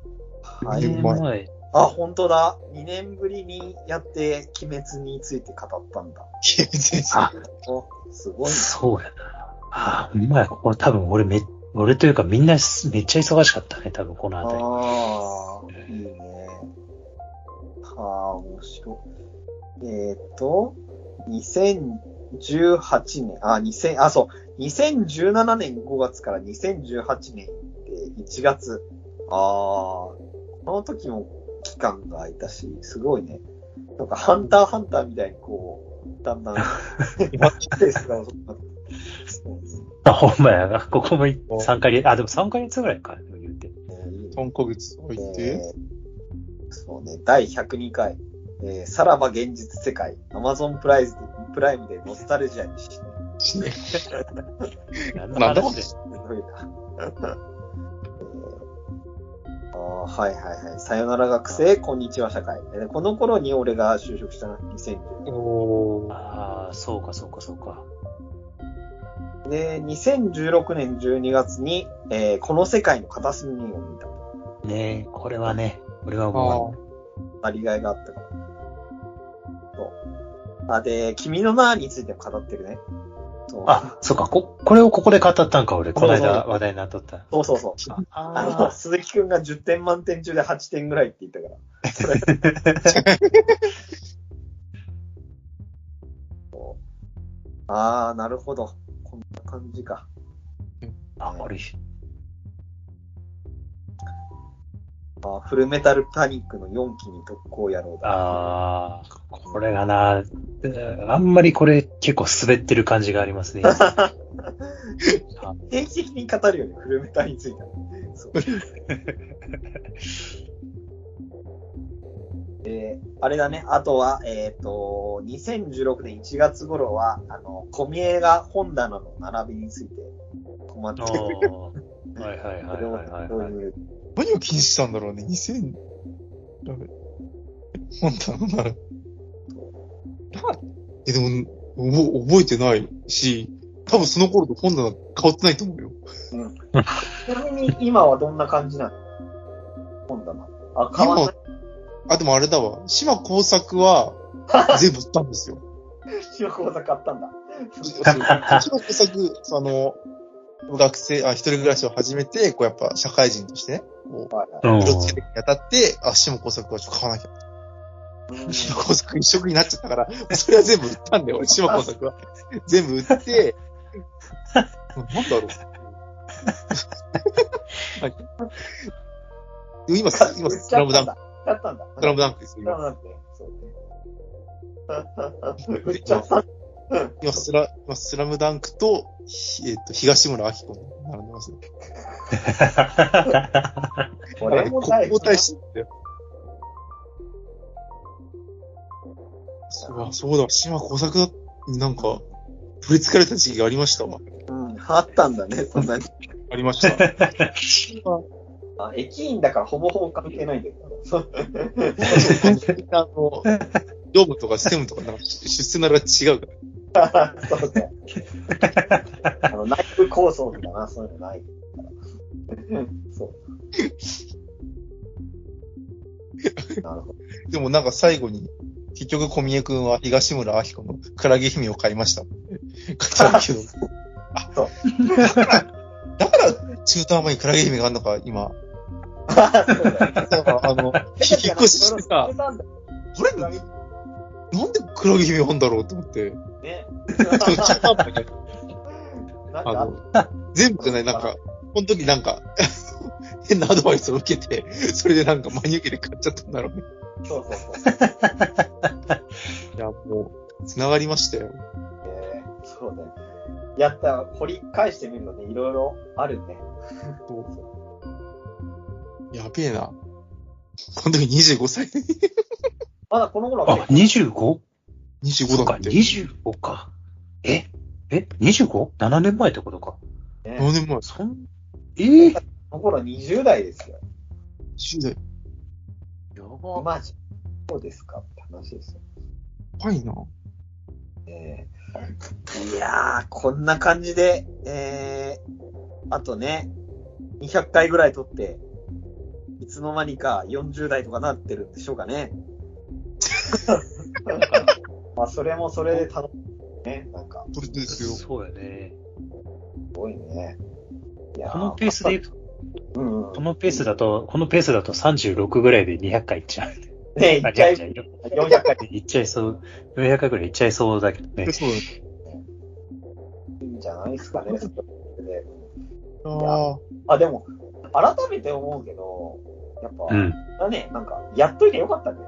S2: 前。
S1: は
S2: 2
S1: い
S3: い。
S2: 年前。
S1: あ、本当だ。2年ぶりにやって、鬼滅について語ったんだ。
S3: 全然
S2: あ、
S1: お、すごいな。
S2: そうやな。ああ、ほんまや、ここ多分俺め、俺というかみんなすめっちゃ忙しかったね、多分この辺り。
S1: ああ、いいね。はあ、面白い。えっ、と、 2018年、あ、2000、あ、そう、2017年5月から2018年で1月。ああ、この時も期間が空いたし、すごいね。なんか、ハンターハンターみたいにこう、だんだん、ペースが遅くなって。
S2: あ、ほんまやな。ここも3ヶ月、あ、でも3ヶ月ぐらいか、でも言うて。
S3: 3ヶ月置いて、
S1: えーそうね、第102回、えーさらば現実世界、アマゾンプライズで、プライムでノスタルジアにし
S2: なん
S3: なんだ
S2: だで。
S1: すごいな。 [LAUGHS] ああーはいはいはい。さよなら学生、こんにちは社会。でこの頃に俺が就職したな、2010
S3: おー
S2: ああ、そうか、そうか、そうか。
S1: で、2016年12月に、えーこの世界の片隅を見た。
S2: ねえ、これはね、俺は
S3: あ
S2: も
S1: ありがいがあったから。そう。あ、で、君の名についても語ってるね。そう
S2: う、あ、そうか、こ、これをここで語ったんか、俺。この
S1: そう
S2: 間
S1: そ
S2: 話題になっとった。
S1: そうそうそう。
S2: あ
S1: あの、鈴木くんが10点満点中で8点ぐらいって言ったから。そう [LAUGHS] ああ、なるほど。こんな感じか。
S2: あ、俺、
S1: あーフルメタルパニックの4期に特攻野郎だ。
S2: ああ、これがな、うんあんまりこれ結構滑ってる感じがあります
S3: [LAUGHS]
S2: ね。今
S1: 定期的に語るよね、フルメタルについては。
S2: [LAUGHS]
S1: そう。で、あれだね、あとは、えっ、と、2016年1月頃は、あの、小見江が本棚の並びについて困って
S2: あ
S1: て、
S2: ーはいはい
S1: そ
S2: はい
S1: れを
S2: はいはい
S1: どう
S2: はい。
S1: いう、
S3: 何を禁止したんだろうね、2000、やべ。本当なんだろう。え、でも、おぼ覚えてないし、多分その頃と本棚変わってないと思うよ。
S1: ちなみに今はどんな感じなの本棚。あ、変わんない。
S3: あ、でもあれだわ。島工作は、全部売ったんですよ。
S1: 塩講座買ったんだ。
S3: 島工作、その、学生、あ、一人暮らしを始めて、こうやっぱ社会人としてね、こう、
S2: うん
S3: [LAUGHS] 色つけていくにあたって、あ、島工作はちょっと買わなきゃ。島工作一色になっちゃったから、 [LAUGHS] それは全部売ったんだよ、俺、島工作は。全部売って、なんだろう。 [LAUGHS] はいでも今、今、スラムダンク、
S1: 買ったんだ。
S3: スラムダンクです
S1: ス
S3: よ。
S1: ラ
S3: 今
S1: ムダンクね。そうね。 [LAUGHS] 売っちゃったんだ。
S3: 今スラ、今スラムダンクと、ひえっ、と、東村明子に並んでますね。
S1: 俺も
S3: 国
S1: 大好
S3: 交
S1: き
S3: 大使って。そうだ、そうだ、島工作だ、なんか、取り憑かれた時期がありましたわ。
S1: うん、あったんだね、そんなに。
S3: ありました。
S1: あ、駅員だからほぼほぼ関係ないんだけど。そう
S3: あの、業務とかシステムとかなんか出世なら違うから。
S1: そうね。あの、内部構想とかな、そういうのないから。そう。なるほど。
S3: でもなんか最後に、結局小宮君は東村明子のクラゲ姫を買いま [LAUGHS] した。買ったけど。あ、
S1: そう
S3: [LAUGHS] だから、中途半端にクラゲ姫があるのか、今。
S1: そうだよ
S3: だから、 [LAUGHS] あの、引っ越ししてさ、
S1: 捨てたんだ
S3: これ、なんでクラゲ姫なんだろうと思
S2: [LAUGHS]
S3: って。
S1: ね。
S3: 中途半端に、
S1: なん
S3: あ
S1: かあっ
S3: の、全部じゃない、なんか、この時なんか、 [LAUGHS] 変なアドバイスを受けて、それでなんか真に受けて買っちゃったんだろうね。
S1: たそうそうそう。
S3: いや、もう、繋がりましたよ。
S1: えーそうだよね。やった、掘り返してみるのね、いろいろあるね。
S3: やべえな。この時25歳。 [LAUGHS]
S1: まだこの頃
S2: あ
S1: はね、、
S2: 25? そ
S3: 25
S2: う
S3: だ
S2: か、
S3: って。
S2: 25か。ええ ?25?7 年前ってことか。
S1: ね
S3: 何年前
S2: そん、ええ
S1: この頃20代ですよ。
S3: ?10 代。
S2: やば。
S1: マジそうですかって話ですよ
S3: 怖いな。
S1: ね。いやー、こんな感じで、えー、あとね、200回ぐらい撮って、いつの間にか40代とかなってるんでしょうか
S2: [LAUGHS]
S1: ね。まあ、それもそれで楽しいね。なんか、
S3: これですよ。
S2: そうやね。
S1: すごいね。いや
S2: このペースでいく、
S1: うんうん
S2: このペースだと、このペースだと36ぐらいで200回いっちゃう。
S1: ね、一
S2: あ、じゃあ、
S1: 回
S2: じゃあ、いろい
S1: 400回
S2: ろいっちゃいそう。400回ぐらいいっちゃいそうだけどね。
S3: そう
S1: いいんじゃないですかね。そういうので
S3: ああ。
S1: あ、でも、改めて思うけど、やっぱ、
S2: うん。
S1: だね、なんか、やっといてよかったね。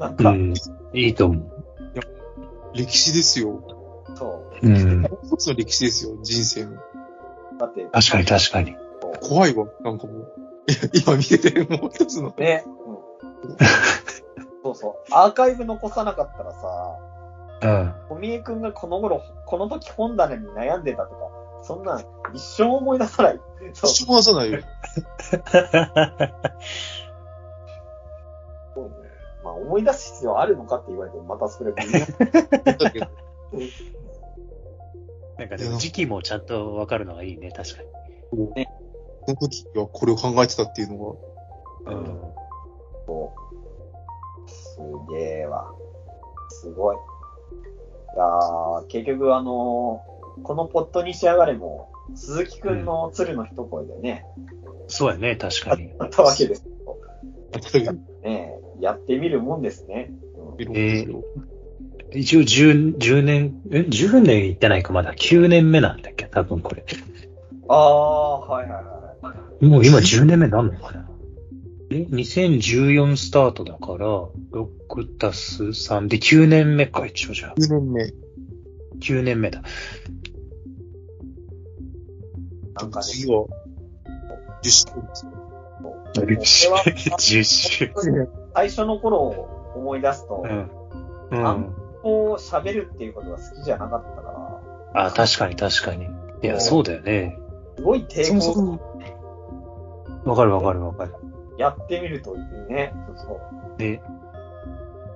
S1: なん
S2: う
S1: か、
S2: ん。いいと思。
S3: 歴史ですよ。
S1: そう
S2: うん。
S3: 一つの歴史ですよ、人生の。
S1: う。だって、
S2: 確かに確かに。
S3: 怖いわ、なんかもう。いや今見てて、もう一つの。
S1: ね、 [LAUGHS] うん。そうそう。アーカイブ残さなかったらさ、
S2: [LAUGHS] うん。
S1: 小見えくんがこの頃、この時本棚に悩んでたとか、そんなん一生思い出さない。そう。
S3: 一生話さないよ。
S1: まあ、思い出す必要あるのかって言われても、またそれも言 [LAUGHS] う。
S3: だけど [LAUGHS]
S2: なんかでも時期もちゃんとわかるのがいいね、確か
S3: この時はこれを考えてたっていうの
S1: う
S2: に。
S1: んすげえわ。すごい。いやー結局あのーこのポットに仕上がれも、鈴木くんの鶴の一声でね、
S2: そうやね、確かに。
S1: あったわけです
S3: が、だけど
S1: ね。やってみるもんですね。
S3: いろんですよ。
S2: 一応10、10年、え ?10 年いってないか、まだ9年目なんだっけ、多分これ。
S1: ああー、はいはいはい。
S2: もう今10年目なんのかなえ ?2014 スタートだから、6たす3で9年目か、一応じゃあ。
S3: 9年目。
S2: 9年目だ。
S1: なんかね、
S3: 次は、10周年ですよ。
S1: これは
S2: 10周。
S1: 最初の頃を思い出すと
S2: う、ん。う
S1: あ
S2: ん。
S1: こう喋るっていうことが好きじゃなかったから、
S2: あ、確かに確かに。いや、そうだよね。
S1: すごい
S3: そ
S1: 抵
S3: もそ
S1: 抗
S3: も、
S2: わかるわかるわかる。
S1: やってみるというね、そうそう。
S2: ね、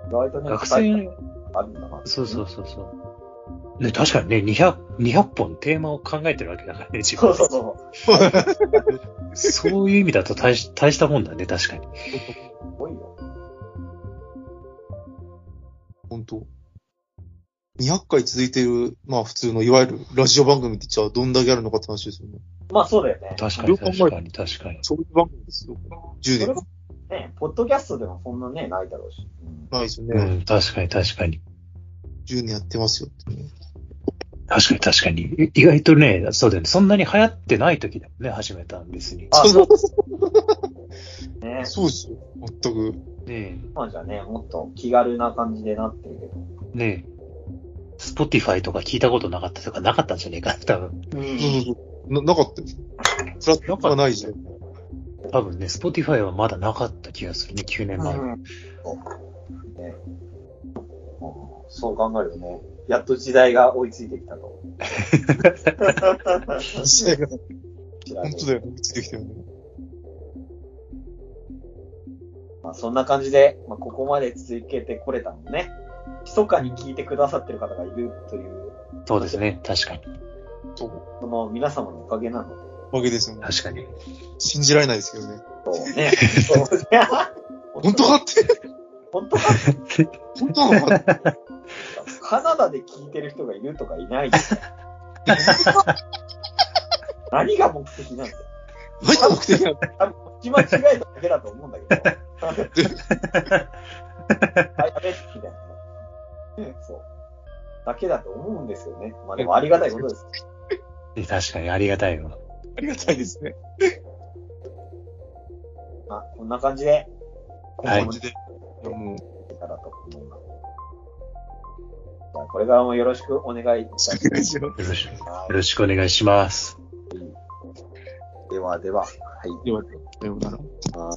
S1: 意外とね、
S2: 学生、
S1: あるんだな。
S2: そうそうそうそう。ね、確かにね、200、200本テーマを考えてるわけだからね、自
S1: そ
S2: 分
S1: う
S2: で
S1: そうそう。
S2: そういう意味だと大し大したもんだね、確かに。
S1: すごいよ。
S3: 本当200回続いてる、まあ普通の、いわゆるラジオ番組ってじゃあどんだけあるのかって話ですよね。
S1: まあそうだよね。
S2: 確かに、確かに、確かに。
S3: そういう番組ですよ。10
S1: それ
S3: 年
S1: もね、ポッドキャストでもそんなね、ないだろうし。
S3: ないですよ
S2: う
S3: ね。
S2: ん、確かに、確かに。
S3: 10年やってますよってね。
S2: 確かに、確かに。い意外とね、そうだよね。そんなに流行ってない時だもんね、始めたんですに。
S1: あ
S3: そう
S1: ね、
S3: そうですよ。全く。
S2: ね
S1: 今じゃね、もっと気軽な感じでなってるけど。
S2: え、ねえ。スポティファイとか聞いたことなかったとか、なかったんじゃねえか、多分。
S1: う
S3: そうそうそう。な、なかったよ。プラットフォームがないじゃん。
S1: [LAUGHS]
S2: 多分ね、スポティファイはまだなかった気がするね、9年前。
S1: んそうねうんそう考えるとね、やっと時代が追いついてきた
S3: [LAUGHS]
S1: と。
S3: 試合
S1: 知
S3: が
S1: らね
S3: 本
S1: え
S3: 当だよね。ついてきたよね。
S1: まあ、そんな感じで、まあ、ここまで続けてこれたのね、密かに聞いてくださってる方がいるという、
S2: そうですね、確かに。
S3: そう。
S1: その皆様のおかげなの
S3: わけですよね。
S2: 確かに。
S3: 信じられないですけどね。
S1: そうね。そうね
S3: [LAUGHS] 本当かって。
S1: 本当か
S3: 本当なのかって。
S1: カナダで聞いてる人がいるとかいない
S3: [LAUGHS]
S1: 何が目的なんだよ。
S3: 何が [LAUGHS] 目的なの
S1: 今間違えただけだと思うんだけど。あ、やべえ、みたいなね。そう。だけだと思うんですよね。まあでもありがたいことです。
S2: ね確かに、ありがたいわ。
S3: ありがたいですね。
S1: まあ、こんな感じで、
S2: はい
S3: こんな感じで。いやもう、
S1: いたらと思います。じゃあ、これからもよろしくお願いいたし
S3: お願いします。
S2: よろしく、よ
S1: ま
S2: ろしくお願いします。
S1: す。ではでは、はい。
S3: では、さようなら。
S1: まあ